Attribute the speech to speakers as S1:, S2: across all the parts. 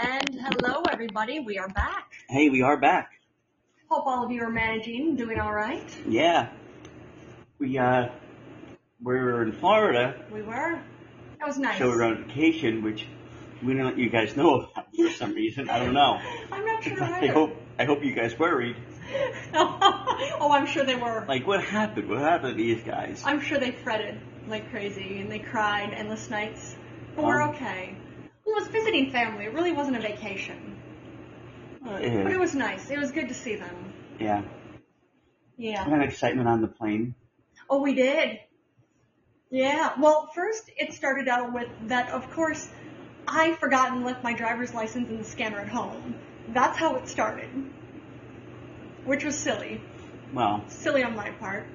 S1: And hello, everybody. We are back.
S2: Hey, we are back.
S1: Hope all of you are managing, doing all right.
S2: Yeah. We, uh, we were in Florida,
S1: We were. That was nice.
S2: so we were on vacation, which we didn't let you guys know about for some reason. I don't know.
S1: I'm not sure
S2: I
S1: either.
S2: hope, I hope you guys worried.
S1: oh, I'm sure they were.
S2: Like, what happened? What happened to these guys?
S1: I'm sure they fretted like crazy and they cried endless nights. But we're
S2: Um,
S1: okay. Well, it was visiting family. It really wasn't a vacation.
S2: Uh,
S1: But it
S2: yeah.
S1: was nice. It was good to see them.
S2: yeah. I
S1: Yeah.
S2: had excitement on the plane.
S1: Oh, we did. Yeah. Well, first it started out with that, of course, I forgot and left my driver's license in the scanner at home. That's how it started, which was silly.
S2: Well,
S1: Silly on my part.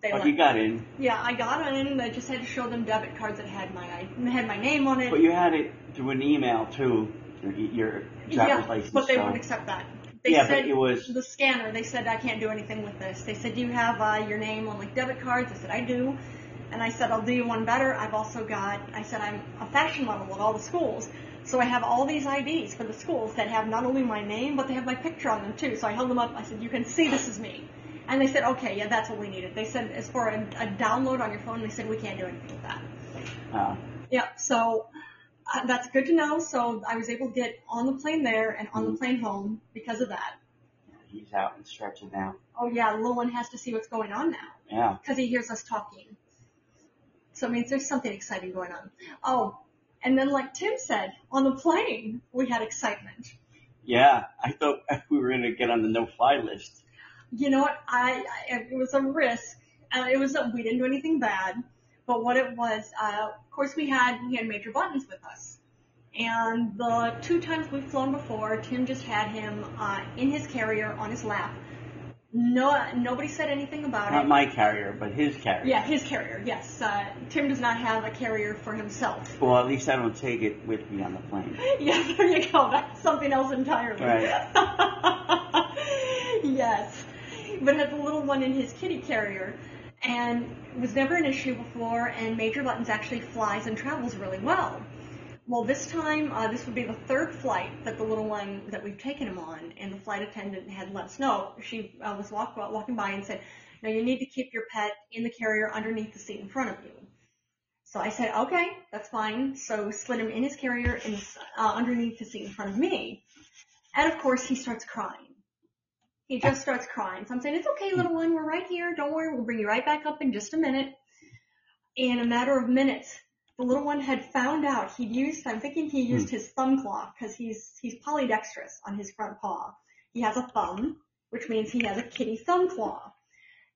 S1: They
S2: but
S1: let
S2: Oh, you got in.
S1: Yeah, I got in. and I just had to show them debit cards that had my I- had my name on it.
S2: But you had it through an email, too. Your, your driver's
S1: yeah,
S2: license.
S1: but they
S2: so-
S1: wouldn't accept that. They
S2: yeah,
S1: said
S2: but it was.
S1: the scanner. They said I can't do anything with this. They said, "Do you have uh, your name on like debit cards?" I said, "I do," and I said, "I'll do you one better. I've also got." I said, "I'm a fashion model at all the schools, so I have all these IDs for the schools that have not only my name but they have my picture on them too." So I held them up. I said, "You can see this is me," and they said, "Okay, yeah, that's what we needed." They said, "As for a, a download on your phone," they said, "We can't do anything with that."
S2: Uh,
S1: Yeah, so uh, that's good to know. So I was able to get on the plane there and on the plane home because of that.
S2: he's out and stretching now.
S1: Oh yeah, Lilin has to see what's going on now
S2: Yeah.
S1: because he hears us talking. So it means there's something exciting going on. Oh, and then like Tim said, on the plane we had excitement.
S2: Yeah. I thought we were going to get on the no fly list.
S1: You know what? I, I it was a risk. Uh, it was a, we didn't do anything bad, but what it was, uh, of course we had we had Major Buttons with us. And the two times we've flown before, Tim just had him uh, in his carrier on his lap. No, nobody said anything about
S2: Not
S1: it.
S2: Uh, my carrier, but his carrier.
S1: Yeah, his carrier. Yes, uh, Tim does not have a carrier for himself.
S2: Well, at least I don't take it with me on the plane.
S1: Yeah, there you go. That's something else entirely. yes, but had the little one in his kitty carrier, and it was never an issue before. And Major Buttons actually flies and travels really well. Well, this time, uh, this would be the third flight that the little one that we've taken him on, and the flight attendant had let us know. She uh, was walk, walking by and said, "Now you need to keep your pet in the carrier underneath the seat in front of you." So I said, "Okay, that's fine." So slid him in his carrier and uh, underneath the seat in front of me, and of course he starts crying. He just starts crying. So I'm saying, "It's okay, little one. We're right here. Don't worry. We'll bring you right back up in just a minute." In a matter of minutes, the little one had found out he'd used. I'm thinking he used his thumb claw because he's he's polydextrous on his front paw. He has a thumb, which means he has a kitty thumb claw.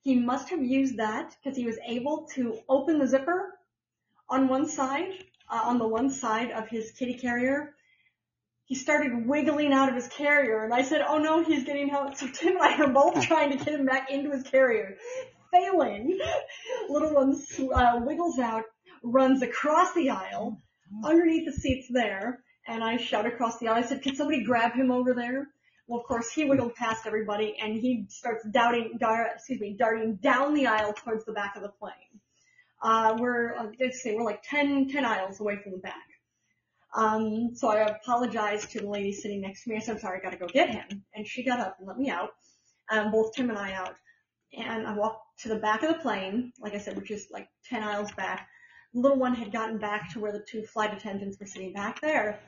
S1: He must have used that because he was able to open the zipper on one side, uh, on the one side of his kitty carrier. He started wiggling out of his carrier, and I said, "Oh no, he's getting out!" So Tim and I are both trying to get him back into his carrier, failing. Little one sl- uh, wiggles out, runs across the aisle, underneath the seats there, and I shout across the aisle. I said, "Can somebody grab him over there?" Well, of course, he wiggled past everybody, and he starts doubting, dar- excuse me, darting down the aisle towards the back of the plane. Uh, we're, uh, let's say we're like 10, 10 aisles away from the back. Um, so I apologized to the lady sitting next to me. I said, I'm sorry, I gotta go get him. And she got up and let me out, um, both Tim and I out. And I walked to the back of the plane, like I said, which is like 10 aisles back. The little one had gotten back to where the two flight attendants were sitting back there.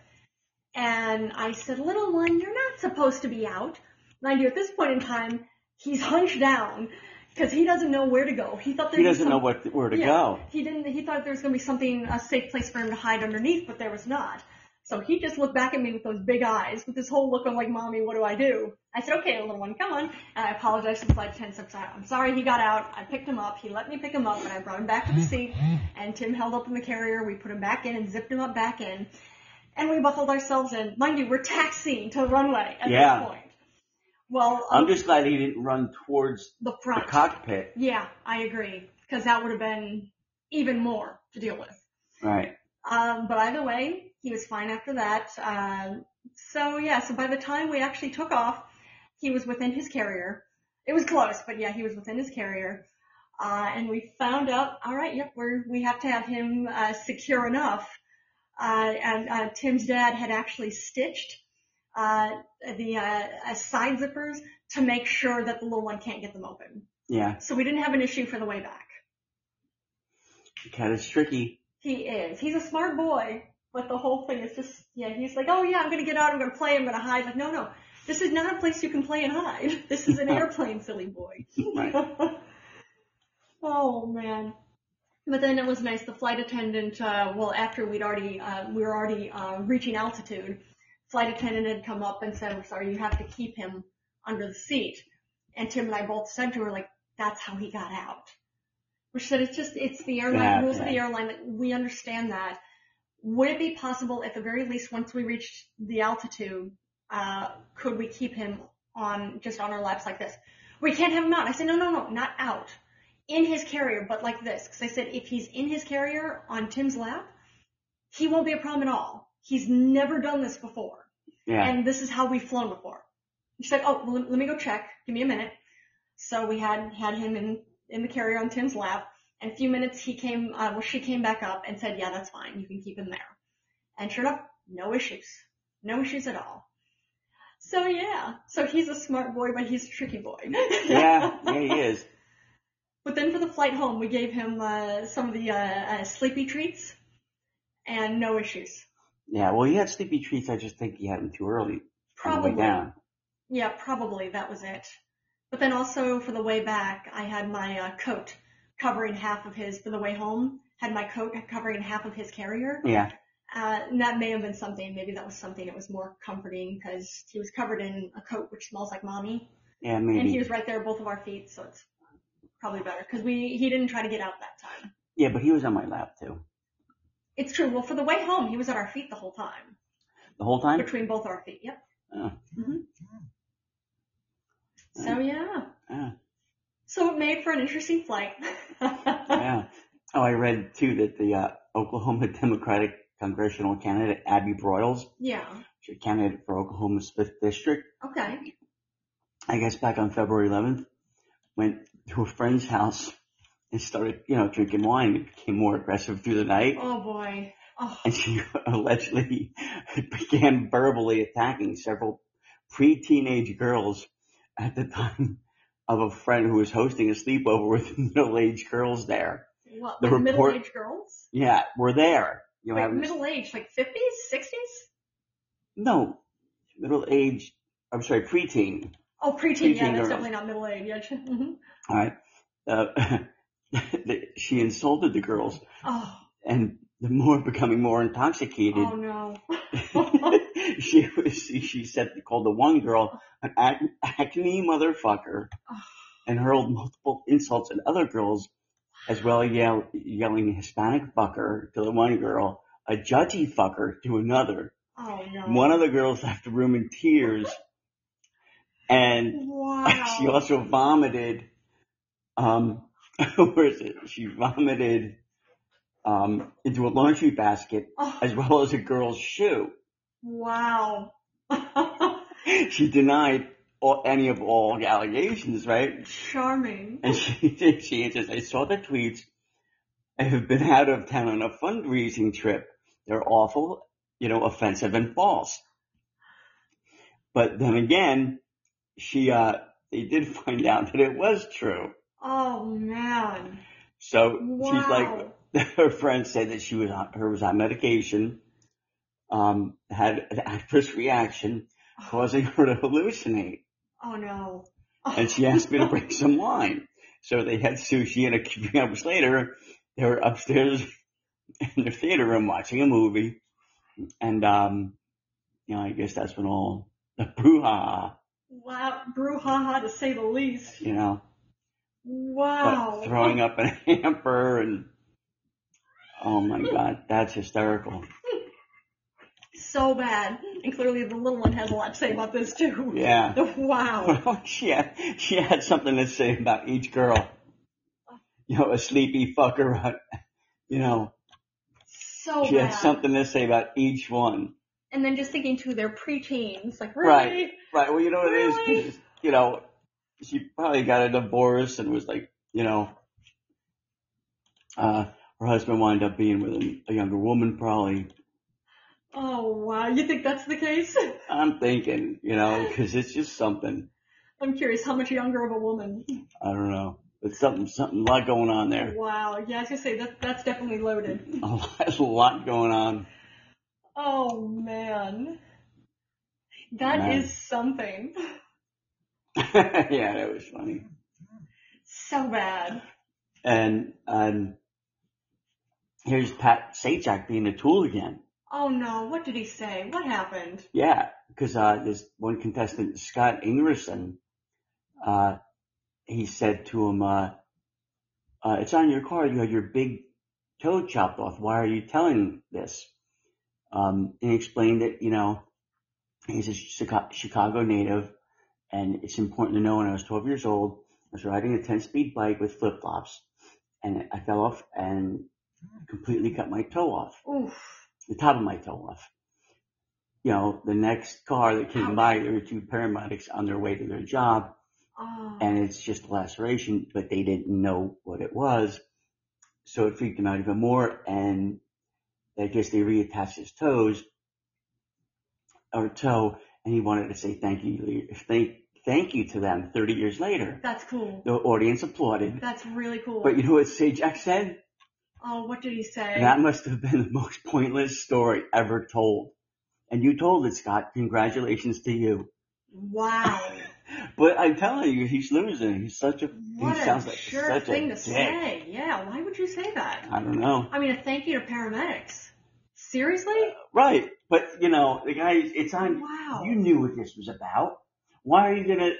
S1: And I said, little one, you're not supposed to be out. Mind you, at this point in time, he's hunched down because he doesn't know where to go. He thought there
S2: He doesn't
S1: some-
S2: know what, where to
S1: yeah.
S2: go.
S1: He didn't. He thought there was going to be something a safe place for him to hide underneath, but there was not. So he just looked back at me with those big eyes, with this whole look of like, "Mommy, what do I do?" I said, "Okay, little one, come on." And I apologized to the flight attendants. I'm sorry. I'm sorry he got out. I picked him up. He let me pick him up, and I brought him back to the seat. And Tim held open the carrier. We put him back in and zipped him up back in, and we buckled ourselves in. Mind you, we're taxiing to the runway at
S2: Yeah.
S1: this point. Well, um,
S2: I'm just glad he didn't run towards
S1: the
S2: the
S1: front.
S2: cockpit.
S1: Yeah, I agree. Because that would have been even more to deal with.
S2: Right.
S1: Um, but either way, he was fine after that. Um, so yeah, so by the time we actually took off, he was within his carrier. It was close, but yeah, he was within his carrier. Uh, and we found out, all right, yep, we're, we have to have him uh, secure enough Uh, and uh, Tim's dad had actually stitched uh, the uh, uh, side zippers to make sure that the little one can't get them open.
S2: Yeah.
S1: So we didn't have an issue for the way back.
S2: Cat is tricky.
S1: He is. He's a smart boy, but the whole thing is just yeah. He's like, oh yeah, I'm gonna get out. I'm gonna play. I'm gonna hide. Like, no, no. This is not a place you can play and hide. This is an airplane, silly boy.
S2: Right.
S1: oh man. But then it was nice. The flight attendant, uh, well, after we'd already, uh, we were already uh, reaching altitude, flight attendant had come up and said, "We're sorry, you have to keep him under the seat." And Tim and I both said to her, "Like that's how he got out." Which said, "It's just it's the airline
S2: Yeah,
S1: rules of the
S2: yeah.
S1: airline. Like, we understand that. Would it be possible, at the very least, once we reached the altitude, uh, could we keep him on just on our laps like this? We can't have him out." I said, "No, no, no, not out." in his carrier, but like this. Because I said if he's in his carrier on Tim's lap, he won't be a problem at all. He's never done this before.
S2: Yeah.
S1: And this is how we've flown before. She said, oh, well, let let me go check. Give me a minute. So we had, had him in, in the carrier on Tim's lap. And a few minutes he came, uh, well, she came back up and said, yeah, that's fine. You can keep him there. And sure enough, no issues. No issues at all. So yeah. So he's a smart boy, but he's a tricky boy.
S2: yeah. Yeah, he is.
S1: But then for the flight home, we gave him uh, some of the uh, uh, sleepy treats, and no issues.
S2: Yeah. Well, he had sleepy treats. I just think he had them too early on the
S1: Probably,
S2: way down.
S1: yeah, probably that was it. But then also for the way back, I had my uh, coat covering half of his. For the way home, had my coat covering half of his carrier.
S2: Yeah.
S1: Uh, and that may have been something. Maybe that was something that was more comforting because he was covered in a coat which smells like mommy,
S2: Yeah,
S1: and he
S2: maybe.
S1: was right there, at both of our feet. So it's probably better because we he didn't try to get out that time.
S2: Yeah, but he was on my lap too
S1: It's true. Well, for the way home, he was at our feet the whole time.
S2: the whole time.
S1: between both our feet. Yep.
S2: Oh.
S1: hmm So yeah.
S2: Yeah.
S1: So it made for an interesting flight.
S2: yeah. Oh, I read too that the uh, Oklahoma Democratic congressional candidate Abby Broyles,
S1: yeah.
S2: she candidate for Oklahoma's fifth district,
S1: Okay.
S2: I guess back on February 11th, went to a friend's house and started, you know, drinking wine. It became more aggressive through the night,
S1: Oh boy. Oh.
S2: and she allegedly began verbally attacking several pre-teenage girls at the time of a friend who was hosting a sleepover with middle-aged girls there.
S1: What?
S2: The
S1: like
S2: report-
S1: middle-aged girls?
S2: Yeah, we're there. You know,
S1: Wait,
S2: having-
S1: middle-aged, like 50s, 60s?
S2: no middle age. I'm sorry, preteen.
S1: Oh, preteen.
S2: Preteen
S1: yeah, that's
S2: girls.
S1: definitely not middle-aged. Yeah. mhm.
S2: All right. Uh, the- she insulted the girls,
S1: Oh.
S2: and the more becoming more
S1: Oh
S2: intoxicated,
S1: no.
S2: she was. She, she said called the one girl an ac- acne motherfucker,
S1: Oh.
S2: and hurled multiple insults at other girls, as well yell, yelling Hispanic fucker to the one girl, a judgy fucker to another.
S1: Oh no.
S2: One of the girls left the room in tears, and
S1: Wow.
S2: she also vomited. Um, where is it? She vomited um, into a laundry basket
S1: Oh,
S2: as well as a girl's shoe.
S1: wow.
S2: She denied all, any of all the allegations, right?
S1: Charming.
S2: And she she says, "I saw the tweets. I have been out of town on a fundraising trip. They're awful, you know, offensive and false." But then again, she uh, they did find out that it was true.
S1: Oh man.
S2: So
S1: Wow.
S2: she's like, her friend said that she was on, her was on medication, um, had an adverse reaction causing her to hallucinate,
S1: Oh no.
S2: and she asked me to bring some wine. So they had sushi, and a few hours later, they were upstairs in their theater room watching a movie, and um, you know, I guess that's when all the brouhaha,
S1: Wow, brouhaha to say the least.
S2: you know,
S1: Wow.
S2: but throwing up in a hamper and. Oh my god, that's hysterical.
S1: So bad. And clearly the little one has a lot to say about this too.
S2: Yeah.
S1: Wow.
S2: Well, Oh, she had she had something to say about each girl. You know, a sleepy fucker. uh, You know,
S1: So
S2: she
S1: bad.
S2: had something to say about each one.
S1: and then just thinking too, they're preteens. Like, really?
S2: Right. Right. Well, you know what it is.
S1: Really?
S2: She's- You know, she probably got a divorce and was like, you know, uh, her husband wound up being with a, a younger woman, probably.
S1: Oh wow, you think that's the case?
S2: I'm thinking, you know, because it's just something.
S1: I'm curious how much younger of a woman.
S2: I don't know. It's something, something, a lot going on there.
S1: Wow, yeah, I was gonna say that that's definitely loaded.
S2: A lot, a lot going on.
S1: Oh man, that is
S2: Man.
S1: something
S2: yeah, that was funny.
S1: so bad.
S2: And um, here's Pat Sajak being a tool again.
S1: Oh no, what did he say? What happened?
S2: Yeah, because uh, this one contestant, Scott Ingerson, uh, he said to him, uh, uh, "It's on your card. You had your big toe chopped off. Why are you telling this?" Um, and he explained that you know he's a Chica- Chicago native, and it's important to know. When I was 12 years old, I was riding a 10-speed bike with flip-flops, and I fell off and completely cut my toe off
S1: Oof.
S2: the top of my toe off. You know, the next car that came by, there were two paramedics on their way to their job,
S1: Oh.
S2: and it's just a laceration, but they didn't know what it was. So it freaked them out even more, and I guess they reattached his toes, or toe, and he wanted to say thank you, thank, thank you to them 30 years later.
S1: that's cool.
S2: The audience applauded.
S1: That's really cool.
S2: But you know what Sajak said?
S1: oh, what did he say?
S2: That must have been the most pointless story ever told. And you told it, Scott. Congratulations to you.
S1: wow.
S2: But I'm telling you, he's losing. He's such a.
S1: What
S2: he
S1: a
S2: sounds like
S1: sure
S2: such
S1: thing to
S2: a dick.
S1: say. Yeah, why would you say that?
S2: I don't know.
S1: I mean, a thank you to paramedics. Seriously?
S2: Right, but you know, the guy. It's on.
S1: Wow.
S2: Um, You knew what this was about. Why are you gonna?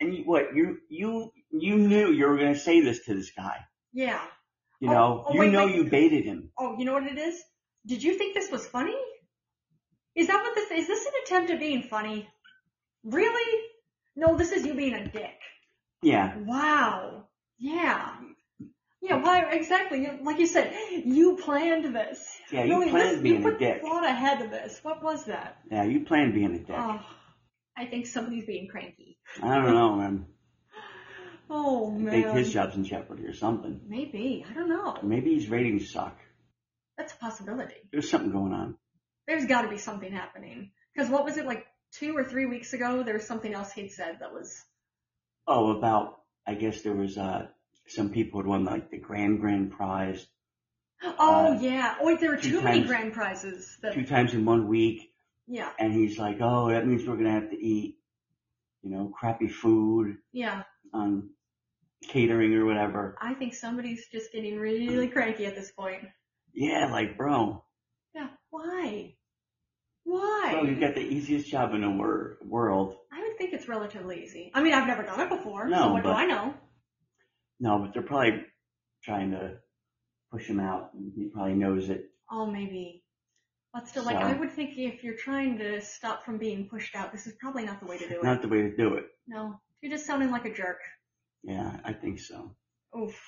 S2: And you, what you you you knew you were gonna say this to this guy.
S1: Yeah.
S2: You
S1: Oh,
S2: know,
S1: oh,
S2: you
S1: wait,
S2: know
S1: wait.
S2: you baited him.
S1: Oh, you know what it is? Did you think this was funny? Is that what this is? This an attempt at being funny? Really? No, this is you being a dick.
S2: Yeah,
S1: Wow. Yeah. Yeah, why exactly? You, like you said, you planned this.
S2: yeah. You
S1: really,
S2: planned
S1: this,
S2: being
S1: you
S2: a dick.
S1: thought ahead of this. What was that?
S2: Yeah, you planned being a dick.
S1: Oh, I think somebody's being cranky.
S2: I don't know, man.
S1: Oh
S2: I
S1: man.
S2: think his job's in jeopardy or something.
S1: Maybe I don't know.
S2: Maybe his ratings suck.
S1: That's a possibility.
S2: There's something going on.
S1: there's got to be something happening. Because what was it like two or three weeks ago? There was something else he'd said that was
S2: Oh, about I guess there was uh some people had won like the grand grand prize
S1: oh
S2: Uh,
S1: yeah. Oh wait, there were
S2: two
S1: too many
S2: times-
S1: grand prizes. That
S2: two times in one week,
S1: yeah,
S2: and he's like, "Oh, that means we're gonna have to eat, you know, crappy food
S1: yeah.
S2: on catering or whatever."
S1: I think somebody's just getting really cranky at this point.
S2: Yeah, like, bro,
S1: Yeah. Why? Why?
S2: bro, you got the easiest job in the wor- world.
S1: I would think it's relatively easy. I mean, I've never done it before, so
S2: No,
S1: what do
S2: but-
S1: I know?
S2: No, but they're probably trying to push him out. and He probably knows it.
S1: Oh, maybe. But still, like,
S2: So-
S1: I would think if you're trying to stop from being pushed out, this is probably not the way to do it.
S2: Not the way to do it.
S1: no, you're just sounding like a jerk.
S2: Yeah, I think so.
S1: Oof.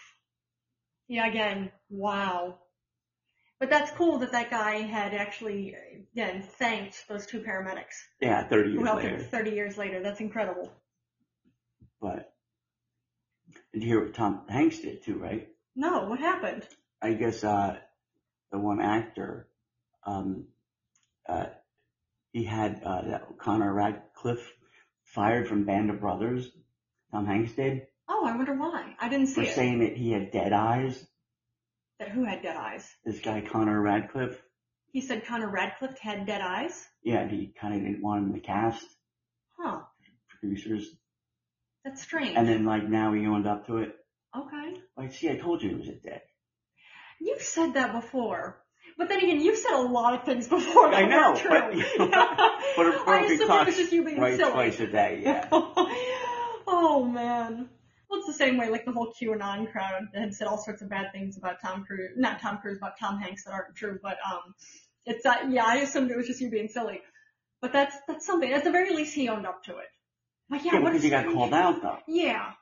S1: Yeah, again, wow. But that's cool that that guy had actually, again, thanked those two paramedics
S2: Yeah, 30
S1: who
S2: years
S1: helped him
S2: later.
S1: 30 years later. That's incredible.
S2: But did you hear what Tom Hanks did too, right?
S1: No, what happened?
S2: I guess uh, the one actor, um, uh, he had uh, that Connor Radcliffe fired from Band of Brothers. Tom Hanks did
S1: Oh, I wonder why. I didn't see
S2: for
S1: it.
S2: saying that he had dead eyes.
S1: that who had dead eyes?
S2: This guy Connor Radcliffe,
S1: He said Connor Radcliffe had dead eyes?
S2: yeah, he kind of didn't want him to cast
S1: Huh.
S2: producers,
S1: That's strange.
S2: and then like now he owned up to it.
S1: okay.
S2: Like, see, I told you he was a dick.
S1: You've said that before. But then again, you've said a lot of things before.
S2: I
S1: that
S2: know,
S1: weren't
S2: but-
S1: true.
S2: But a
S1: I
S2: broken
S1: assume it was just you being
S2: right
S1: silly.
S2: twice a day. Yeah,
S1: oh man. Well, it's the same way, like the whole QAnon crowd had said all sorts of bad things about Tom Cruise, not Tom Cruise, about Tom Hanks that aren't true, but um, it's that, yeah, I assumed it was just you being silly. But that's, that's something, at the very least he owned up to it. But yeah,
S2: yeah,
S1: what a
S2: because he got
S1: strange-
S2: called out though.
S1: Yeah.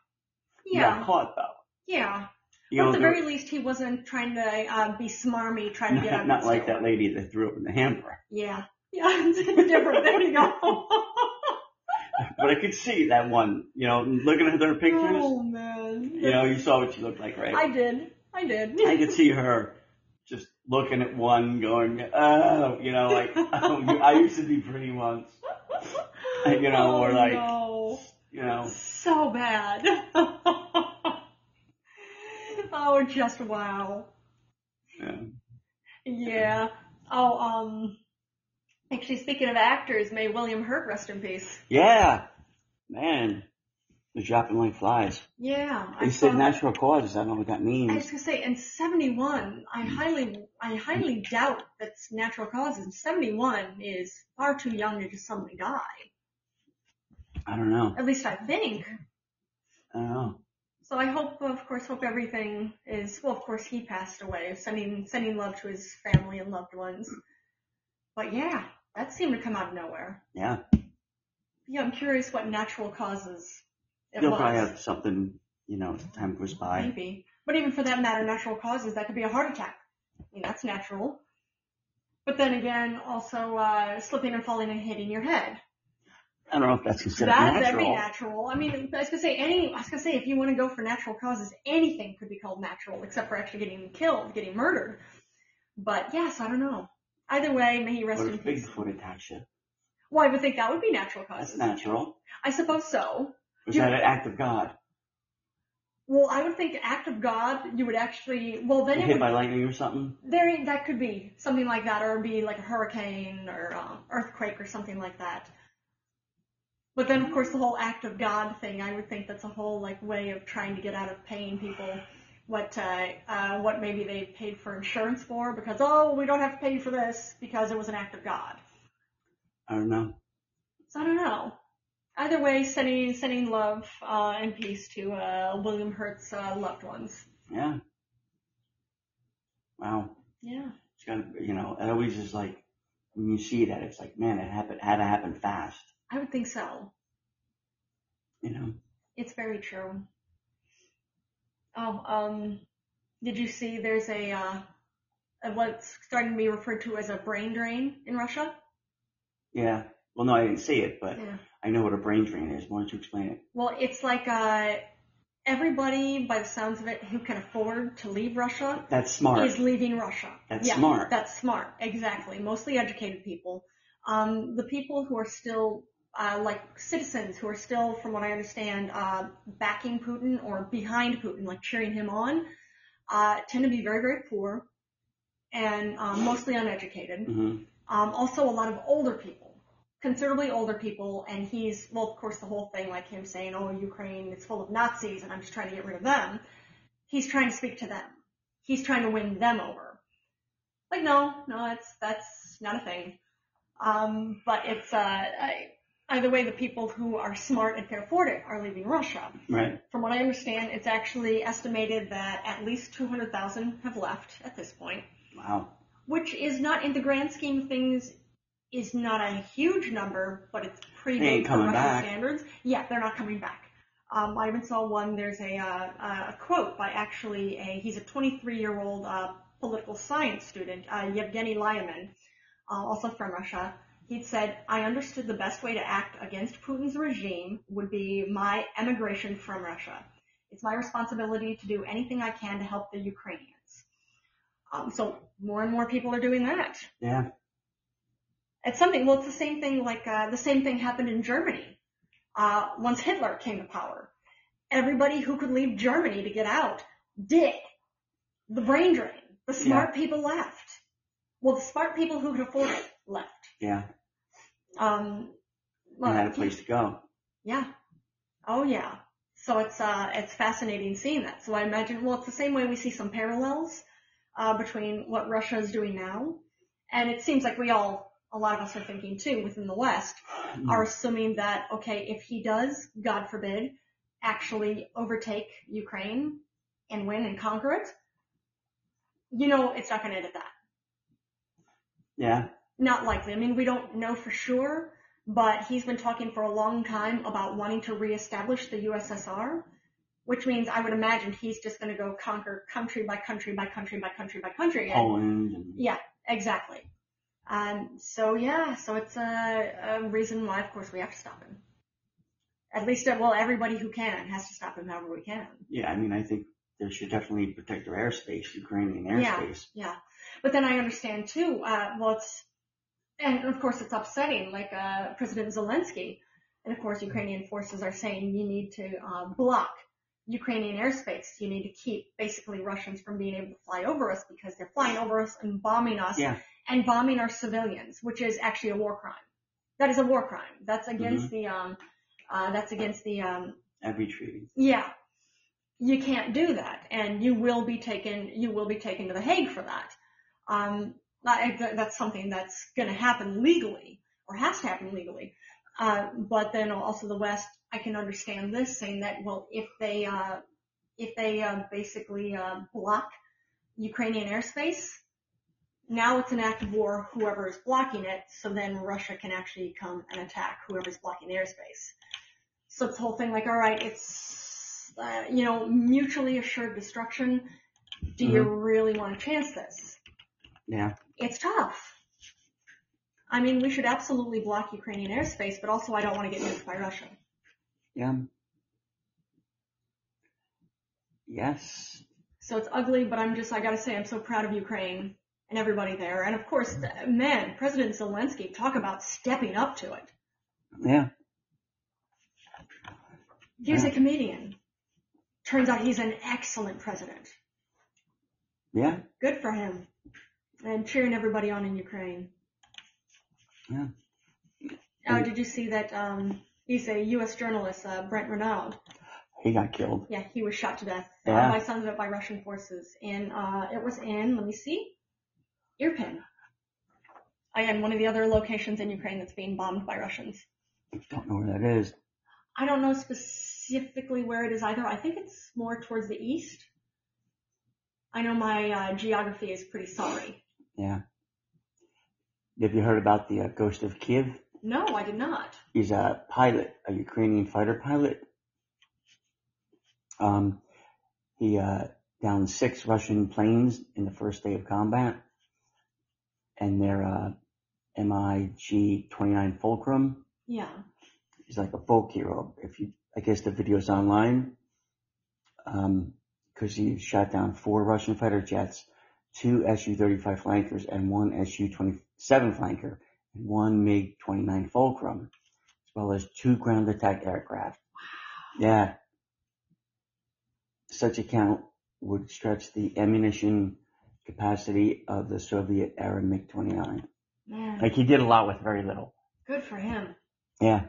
S2: He
S1: Yeah.
S2: got caught though.
S1: Yeah.
S2: You
S1: But at
S2: know,
S1: the
S2: there-
S1: very least he wasn't trying to, uh, be smarmy, trying to get out
S2: not,
S1: of
S2: not
S1: it,
S2: like
S1: so-
S2: that lady that threw up in the hamper.
S1: Yeah. Yeah, it's different. There you go.
S2: But I could see that one, you know, looking at their pictures,
S1: Oh man.
S2: you know, you saw what she looked like, right?
S1: I did. I did.
S2: I, could see her just looking at one going, oh, you know, like, oh, you, I used to be pretty once, you know, or
S1: Oh,
S2: like,
S1: no.
S2: you know,
S1: so bad. oh, just wow.
S2: yeah.
S1: Yeah. Oh, um. Actually, speaking of actors, may William Hurt rest in peace.
S2: yeah, man, they're dropping like flies.
S1: Yeah. I
S2: He said
S1: saw-
S2: natural causes. I don't know what that
S1: I
S2: means.
S1: was gonna say, in '71, I
S2: Hmm.
S1: highly, I highly doubt that's natural causes. '71 is far too young to just suddenly die.
S2: I don't know.
S1: At least I think.
S2: Hmm. I don't know.
S1: So I hope, of course, hope everything is. Well, of course, he passed away, sending sending love to his family and loved ones. But yeah, that seemed to come out of nowhere.
S2: Yeah,
S1: Yeah, I'm curious what natural causes it
S2: you'll
S1: was.
S2: probably have something, you know, as time goes by.
S1: Maybe, but even for that matter, natural causes that could be a heart attack. I mean, that's natural. But then again, also uh, slipping and falling and hitting your head.
S2: I don't know if that's considered
S1: that that'd be natural.
S2: natural.
S1: I mean, I was gonna say any. I was gonna say if you want to go for natural causes, anything could be called natural, except for actually getting killed, getting murdered. But yes, I don't know. Either way, may he rest
S2: What
S1: in
S2: if
S1: peace.
S2: Bigfoot attacks you?
S1: Well, I would think that would be natural
S2: That's
S1: causes.
S2: natural.
S1: I suppose so.
S2: Was
S1: You-
S2: that an act of God?
S1: Well, I would think act of God. You would actually. Well, then it
S2: Hit
S1: would
S2: by lightning or something?
S1: There, that could be something like that, or it'd be like a hurricane or um, earthquake or something like that. But then, of course, the whole act of God thing, I would think that's a whole like way of trying to get out of paying people what uh, uh, what maybe they paid for insurance for because oh we don't have to pay you for this because it was an act of God.
S2: I don't know.
S1: So I don't know. Either way, sending sending love uh, and peace to uh, William Hurt's uh, loved ones.
S2: Yeah. Wow.
S1: Yeah.
S2: It's got to you know, it always is like, when you see that, it's like, man, it happened, had to happen fast,
S1: I would think so.
S2: you know?
S1: It's very true. Oh, um, did you see there's a, uh, a- what's starting to be referred to as a brain drain in Russia?
S2: Yeah. Well, no, I didn't see it, but
S1: Yeah.
S2: I know what a brain drain is. Why don't you explain it?
S1: Well, it's like, uh, everybody, by the sounds of it, who can afford to leave Russia
S2: That's smart.
S1: is leaving Russia.
S2: That's
S1: yeah,
S2: smart.
S1: That's smart. Exactly. Mostly educated people. Um, the people who are still uh, like citizens who are still, from what I understand, uh, backing Putin or behind Putin, like cheering him on, uh, tend to be very, very poor and um, mostly uneducated.
S2: hmm
S1: Um, also, a lot of older people, considerably older people, and he's well, of course, the whole thing, like him saying, "Oh, Ukraine, it's full of Nazis, and I'm just trying to get rid of them." He's trying to speak to them. He's trying to win them over. Like, no, no, it's that's not a thing. Um, but it's uh, I, either way, the people who are smart and can afford it are leaving Russia.
S2: Right.
S1: From what I understand, it's actually estimated that at least 200,000 have left at this point
S2: Wow.
S1: which is not in the grand scheme of things is not a huge number, but it's pretty
S2: They ain't
S1: big for
S2: coming
S1: Russian
S2: back.
S1: standards. Yeah, they're not coming back. Um, I even saw one. There's a, uh, a quote by actually a he's a 23 year old uh, political science student, uh, Yevgeny Lyman, uh, also from Russia. He'd said, "I understood the best way to act against Putin's regime would be my emigration from Russia. It's my responsibility to do anything I can to help the Ukrainians." Um, so more and more people are doing that.
S2: Yeah.
S1: It's something. Well, it's the same thing. Like uh, the same thing happened in Germany uh, once Hitler came to power. Everybody who could leave Germany to get out did. The brain drain. The smart people left. Well, the smart people who could afford it left.
S2: Yeah.
S1: Um,
S2: They
S1: well,
S2: had a place to go.
S1: yeah. Oh yeah. So it's uh it's fascinating seeing that. So I imagine well it's the same way we see some parallels uh between what Russia is doing now and it seems like we all a lot of us are thinking too within the West
S2: Mm-hmm. Hmm.
S1: are assuming that okay if he does god forbid actually overtake Ukraine and win and conquer it you know it's not going to end at that
S2: Yeah.
S1: not likely. I mean, we don't know for sure, but he's been talking for a long time about wanting to reestablish the USSR, which means I would imagine he's just going to go conquer country by country by country by country by country. again.
S2: Poland. And,
S1: Yeah, exactly. Um, so yeah, so it's a, a reason why, of course, we have to stop him. At least, uh, well, everybody who can has to stop him however we can.
S2: yeah. I mean, I think they should definitely protect their airspace, Ukrainian
S1: Yeah.
S2: airspace.
S1: Yeah. But then I understand too, uh, well, it's, and of course it's upsetting, like, uh, President Zelensky, and of course Ukrainian forces are saying you need to, uh, block Ukrainian airspace. You need to keep basically Russians from being able to fly over us because they're flying over us and bombing us
S2: Yeah.
S1: and bombing our civilians, which is actually a war crime. That is a war crime. That's against the, um, uh, that's against the, um,
S2: Every treaty.
S1: yeah, you can't do that, and you will be taken. You will be taken to the Hague for that. Um, I, I- that's something that's going to happen legally, or has to happen legally. Uh, but then also the West, I can understand this saying that well, if they uh, if they uh, basically uh, block Ukrainian airspace, now it's an act of war. Whoever is blocking it, so then Russia can actually come and attack whoever's blocking the airspace. So it's the whole thing like, all right, it's, uh, you know, mutually assured destruction. Do you really want to chance this?
S2: Yeah.
S1: It's tough. I mean, we should absolutely block Ukrainian airspace, but also I don't want to get nuked by Russia.
S2: Yeah. Yes.
S1: So it's ugly, but I'm just, I gotta say, I'm so proud of Ukraine and everybody there. And of course, th- man, President Zelensky, talk about stepping up to it.
S2: Yeah.
S1: He was a
S2: Yeah.
S1: comedian. Turns out he's an excellent president.
S2: Yeah.
S1: Good for him. And cheering everybody on in Ukraine.
S2: Yeah.
S1: Oh, did you see that? Um, he's a U.S. journalist, uh, Brent Renaud.
S2: He got killed.
S1: Yeah, he was shot to death uh,
S2: Yeah.
S1: by sons of by Russian forces, and uh, it was in let me see, Irpin. Again, one of the other locations in Ukraine that's being bombed by Russians.
S2: Don't know where that is.
S1: I don't know specifically where it is either. I think it's more towards the east. I know my uh, geography is pretty sorry.
S2: Yeah. Have you heard about the uh, ghost of Kiev?
S1: No, I did not.
S2: He's a pilot, a Ukrainian fighter pilot. Um, he uh, downed six Russian planes in the first day of combat, and their uh, MiG 29 Fulcrum
S1: Yeah.
S2: is like a folk hero. If you, I guess the video's online, because he shot down four Russian fighter jets, two Su-35 flankers, and one Su-27 flanker, and one MiG-29 Fulcrum, as well as two ground attack aircraft. Yeah. Such a count would stretch the ammunition capacity of the Soviet-era MiG-29.
S1: Man,
S2: Like he did a lot with very little.
S1: good for him.
S2: Yeah.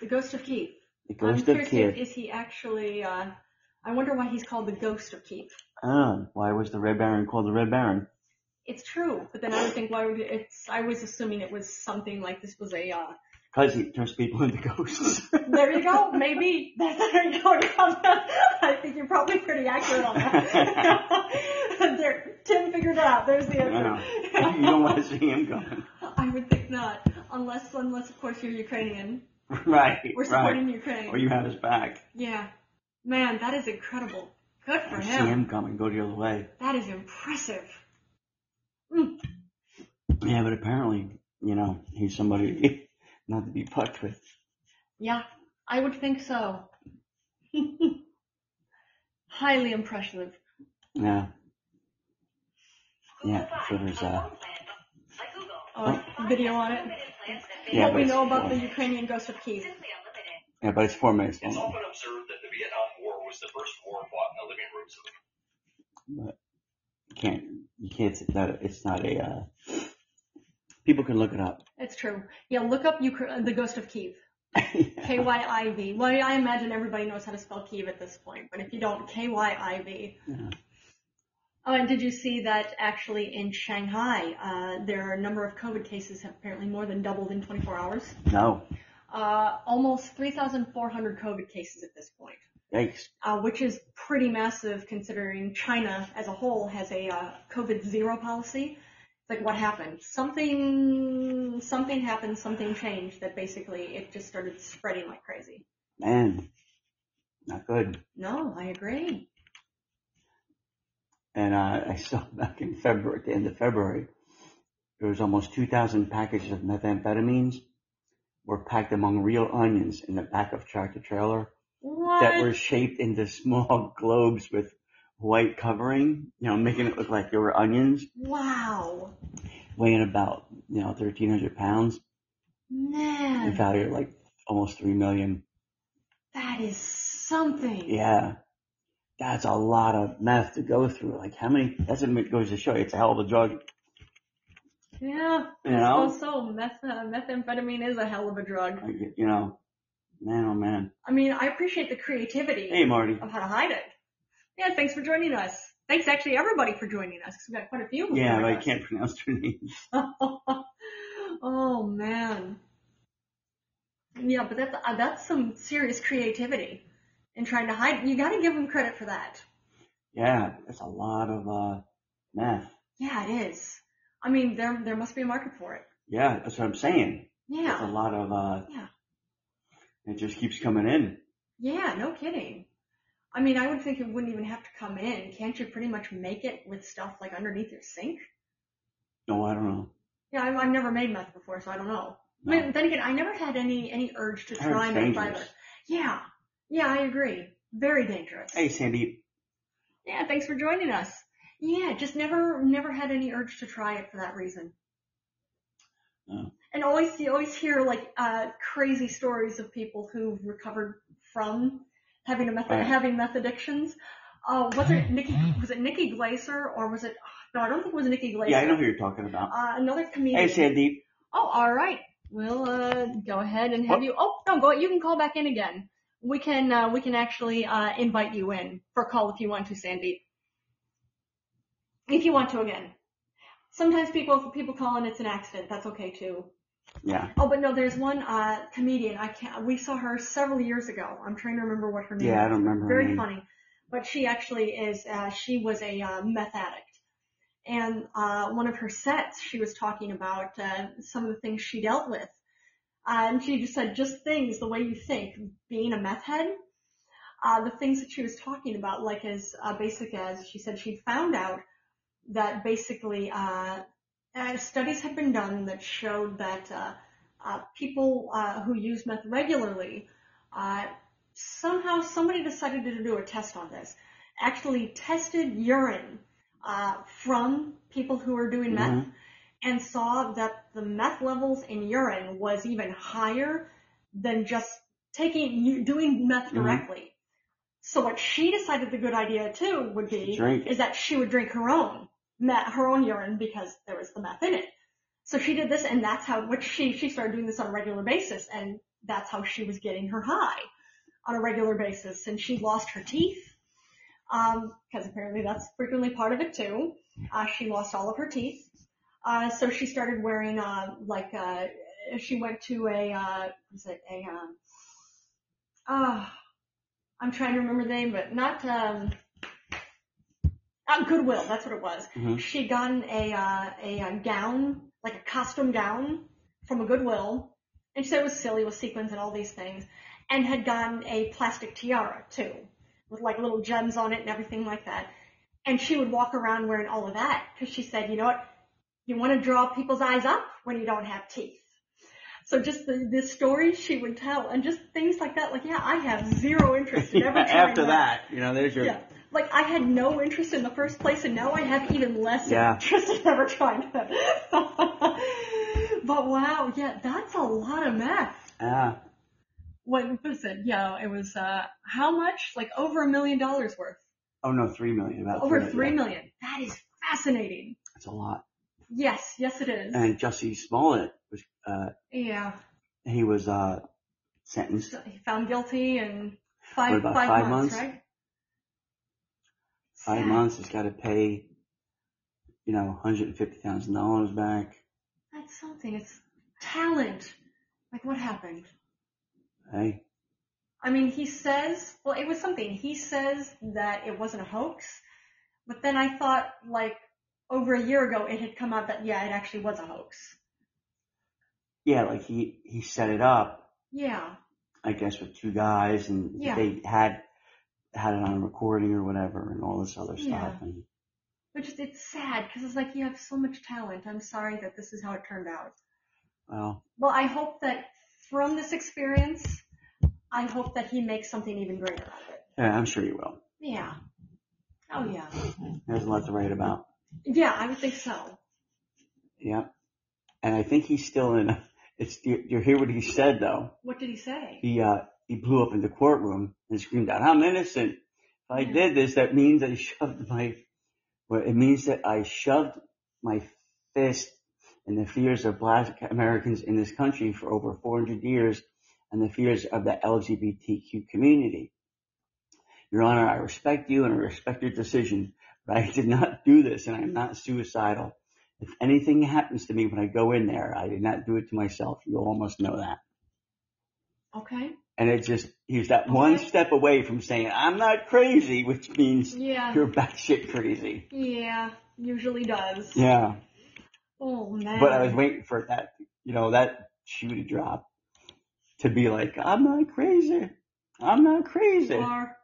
S1: The Ghost of Kiev.
S2: The
S1: I'm
S2: ghost of
S1: curious,
S2: Kiev.
S1: if- is he actually, uh, I wonder why he's called the Ghost of Keith.
S2: Oh, why was the Red Baron called the Red Baron?
S1: It's true, but then I would think why would it- it's, I was assuming it was something like this was a, uh,
S2: Because he turns people into ghosts.
S1: there you go, maybe, there you go, you found that. I think you're probably pretty accurate on that. there, Tim figured it out, there's the
S2: Yeah.
S1: answer.
S2: you don't want to see him going.
S1: I would think not, unless, unless of course you're Ukrainian.
S2: Right.
S1: We're
S2: right. Oh,
S1: supporting Ukraine.
S2: Or you have his back.
S1: yeah. Man, that is incredible. Good for
S2: You see
S1: him.
S2: him coming, go the other way.
S1: That is impressive.
S2: Yeah, but apparently, you know, he's somebody not to be fucked with.
S1: Yeah, I would think so. Highly impressive.
S2: Yeah. Yeah. So there's uh
S1: Uh, video on it.
S2: Yeah,
S1: what
S2: but
S1: we
S2: it's-
S1: know about the Ukrainian ghost of Kiev.
S2: yeah, but it's four minutes
S3: It's
S2: long.
S3: often observed that the Vietnam War was the first war fought in the living rooms of
S2: You can't you can't it's not it's not a uh people can look it up.
S1: It's true. Yeah, look up Ukra- the ghost of Kiev. K Y I V. Well, I imagine everybody knows how to spell Kiev at this point, but if you don't, K Y I V.
S2: Yeah.
S1: Oh, and did you see that actually in Shanghai, uh, their number of COVID cases have apparently more than doubled in 24 hours?
S2: No.
S1: Uh, almost 3,400 COVID cases at this point.
S2: Yikes.
S1: uh, which is pretty massive considering China as a whole has a uh, COVID zero policy. It's like what happened? Something, something happened, something changed that basically it just started spreading like crazy.
S2: Man. Not good.
S1: No, I agree.
S2: and uh, I saw back in February, at the end of February, there was almost 2,000 packages of methamphetamines were packed among real onions in the back of tractor trailer
S1: What?
S2: that were shaped into small globes with white covering, you know, making it look like they were onions,
S1: Wow.
S2: weighing about, you know, 1,300 pounds, and
S1: Man,
S2: value like almost 3 million.
S1: that is something.
S2: Yeah. That's a lot of meth to go through. Like how many, that's what goes to show you, it's a hell of a drug,
S1: Yeah.
S2: you know?
S1: So, so meth, uh, methamphetamine is a hell of a drug.
S2: Like, you know, man, oh man.
S1: I mean, I appreciate the creativity
S2: Hey Marty.
S1: of how to hide it. Yeah, thanks for joining us. Thanks actually everybody for joining us. 'cause we got quite a few. of them
S2: Yeah, but I
S1: joining
S2: can't pronounce her name.
S1: us. oh man. Yeah, but that's uh, that's some serious creativity in trying to hide. You got to give them credit for that.
S2: Yeah, that's a lot of, uh, meth.
S1: Yeah, it is. I mean, there there must be a market for it.
S2: Yeah, that's what I'm saying. That's a
S1: Yeah.
S2: lot of, uh,
S1: Yeah.
S2: it just keeps coming in.
S1: Yeah, no kidding. I mean, I would think it wouldn't even have to come in. Can't you pretty much make it with stuff like underneath your sink?
S2: No, I don't know.
S1: Yeah, I, I've never made meth before, so I don't know.
S2: No.
S1: I mean, then again, I never had any any urge to
S2: I heard
S1: try
S2: it's
S1: meth
S2: dangerous.
S1: either. Yeah, yeah, I agree. Very dangerous.
S2: Hey, Sandy.
S1: Yeah, thanks for joining us. Yeah, just never never had any urge to try it for that reason.
S2: No.
S1: And always you always hear like uh crazy stories of people who've recovered from having a meth
S2: Right. Mm-hmm.
S1: having meth addictions. Uh, was it Nikki was it Nikki Glaser or was it no I don't think it was Nikki Glaser.
S2: Yeah, I know who you're talking about.
S1: Uh, another comedian.
S2: Hey, Sandy.
S1: Oh, all right. We'll uh, go ahead and have you. Oh no, go. You can call back in again. We can uh, we can actually uh, invite you in for a call if you want to, Sandeep. If you want to again. Sometimes people if people call and it's an accident. That's okay too.
S2: Yeah,
S1: Oh, but no, there's one uh, comedian. I can't. We saw her several years ago. I'm trying to remember what her name.
S2: yeah, I
S1: is
S2: don't remember. her
S1: Mm-hmm. very
S2: name.
S1: funny. But she actually is, uh, she was a uh, meth addict. And uh, one of her sets, she was talking about uh, some of the things she dealt with. Uh, and she just said, just things, the way you think, being a meth head. Uh, the things that she was talking about, like as uh, basic as she said she found out that basically uh, uh, studies had been done that showed that uh, uh, people uh, who use meth regularly uh, somehow somebody decided to do a test on this. Actually tested urine uh, from people who were doing meth and saw that the meth levels in urine was even higher than just taking you- doing meth
S2: Mhm.
S1: directly. So what she decided the good idea too would be
S2: Drink.
S1: is that she would drink her own meth, her own urine because there was the meth in it. So she did this, and that's how which she she started doing this on a regular basis, and that's how she was getting her high on a regular basis. And she lost her teeth um, because apparently that's frequently part of it too. Uh, she lost all of her teeth, uh, so she started wearing uh, like uh, she went to a uh, was it a um, uh, I'm trying to remember the name, but not um, uh, Goodwill. That's what it was.
S2: Mhm.
S1: She gotten a uh, a uh, gown, like a costume gown from a Goodwill, and she said it was silly with sequins and all these things, and had gotten a plastic tiara too, with like little gems on it and everything like that. And she would walk around wearing all of that because she said, you know what, you want to draw people's eyes up when you don't have teeth. So just the, the stories she would tell and just things like that. Like, yeah, I have zero interest in
S2: Yeah,
S1: ever trying
S2: after
S1: that.
S2: that, you know, there's your.
S1: Yeah. Like I had no interest in the first place and now I have even less
S2: Yeah.
S1: interest in ever trying it. but wow, yeah, that's a lot of meth.
S2: Ah,
S1: What was it? Yeah, it was uh how much? Like over a million dollars worth.
S2: oh no, three million. About
S1: Over
S2: three
S1: three
S2: million.
S1: million. That is fascinating.
S2: That's a lot.
S1: Yes, yes it is.
S2: And Jesse Smollett was, uh,
S1: yeah.
S2: he was, uh, sentenced.
S1: So he found guilty in five
S2: What about
S1: five,
S2: five
S1: months,
S2: months?
S1: right?
S2: Five
S1: Yeah.
S2: months, he's gotta pay, you know, $150,000 back.
S1: That's something. It's talent. Like what happened?
S2: Hey,
S1: I mean, he says, well, it was something. He says that it wasn't a hoax, but then I thought, like, over a year ago, it had come out that, yeah, it actually was a hoax.
S2: yeah, like he, he set it up,
S1: Yeah.
S2: I guess, with two guys and
S1: Yeah.
S2: they had, had it on recording or whatever and all this other
S1: Yeah.
S2: stuff. And
S1: Which is, it's sad, because it's like, you have so much talent. I'm sorry that this is how it turned out.
S2: well,
S1: Well, I hope that from this experience, I hope that he makes something even greater out of it.
S2: yeah, I'm sure you will.
S1: Yeah. Oh yeah.
S2: There's a lot to write about.
S1: Yeah, I would think so.
S2: Yep. And I think he's still in. A, it's you, you hear what he said though.
S1: What did he say?
S2: He uh he blew up in the courtroom and screamed out, "I'm innocent! If I
S1: Yeah.
S2: did this, that means I shoved my. Well, it means that I shoved my fist in the fears of Black Americans in this country for over 400 years, and the fears of the LGBTQ community. Your Honor, I respect you and I respect your decision, but I did not do this, and I'm not suicidal. If anything happens to me when I go in there, I did not do it to myself. You all must know that.
S1: Okay.
S2: And it just, he was that one
S1: Okay.
S2: step away from saying, I'm not crazy, which means
S1: Yeah.
S2: you're batshit crazy.
S1: Yeah. Usually does.
S2: Yeah.
S1: Oh man.
S2: But I was waiting for that, you know, that shoe to drop to be like, I'm not crazy. I'm not crazy.
S1: Or,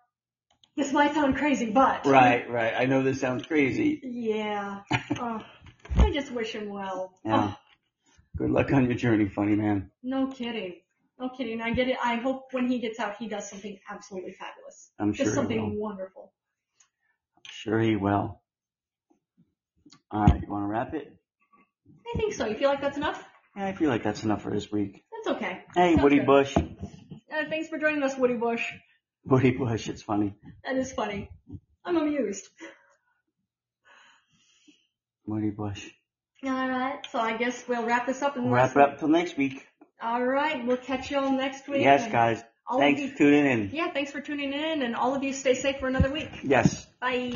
S1: this might sound crazy, but
S2: Right, right. I know this sounds crazy.
S1: Yeah. Oh, I just wish him well.
S2: Yeah.
S1: Oh,
S2: Good luck on your journey, funny man.
S1: no kidding. No kidding. I get it. I hope when he gets out, he does something absolutely fabulous.
S2: I'm
S1: Just
S2: sure he
S1: something
S2: will.
S1: wonderful.
S2: Sure he will. All right, you want to wrap it?
S1: I think so. You feel like that's enough?
S2: Yeah, I feel like that's enough for this week.
S1: That's okay.
S2: Hey,
S1: Sounds
S2: Woody
S1: good.
S2: Bush.
S1: Uh, thanks for joining us, Woody Bush.
S2: Woody Bush, it's funny.
S1: That is funny. I'm amused.
S2: Woody Bush.
S1: Alright, so I guess we'll wrap this up and
S2: Wrap it up till next week.
S1: Alright, we'll catch you all next week.
S2: Yes,
S1: and
S2: guys.
S1: all of
S2: Thanks
S1: you-
S2: for tuning in.
S1: Yeah, thanks for tuning in and all of you stay safe for another week.
S2: Yes.
S1: Bye.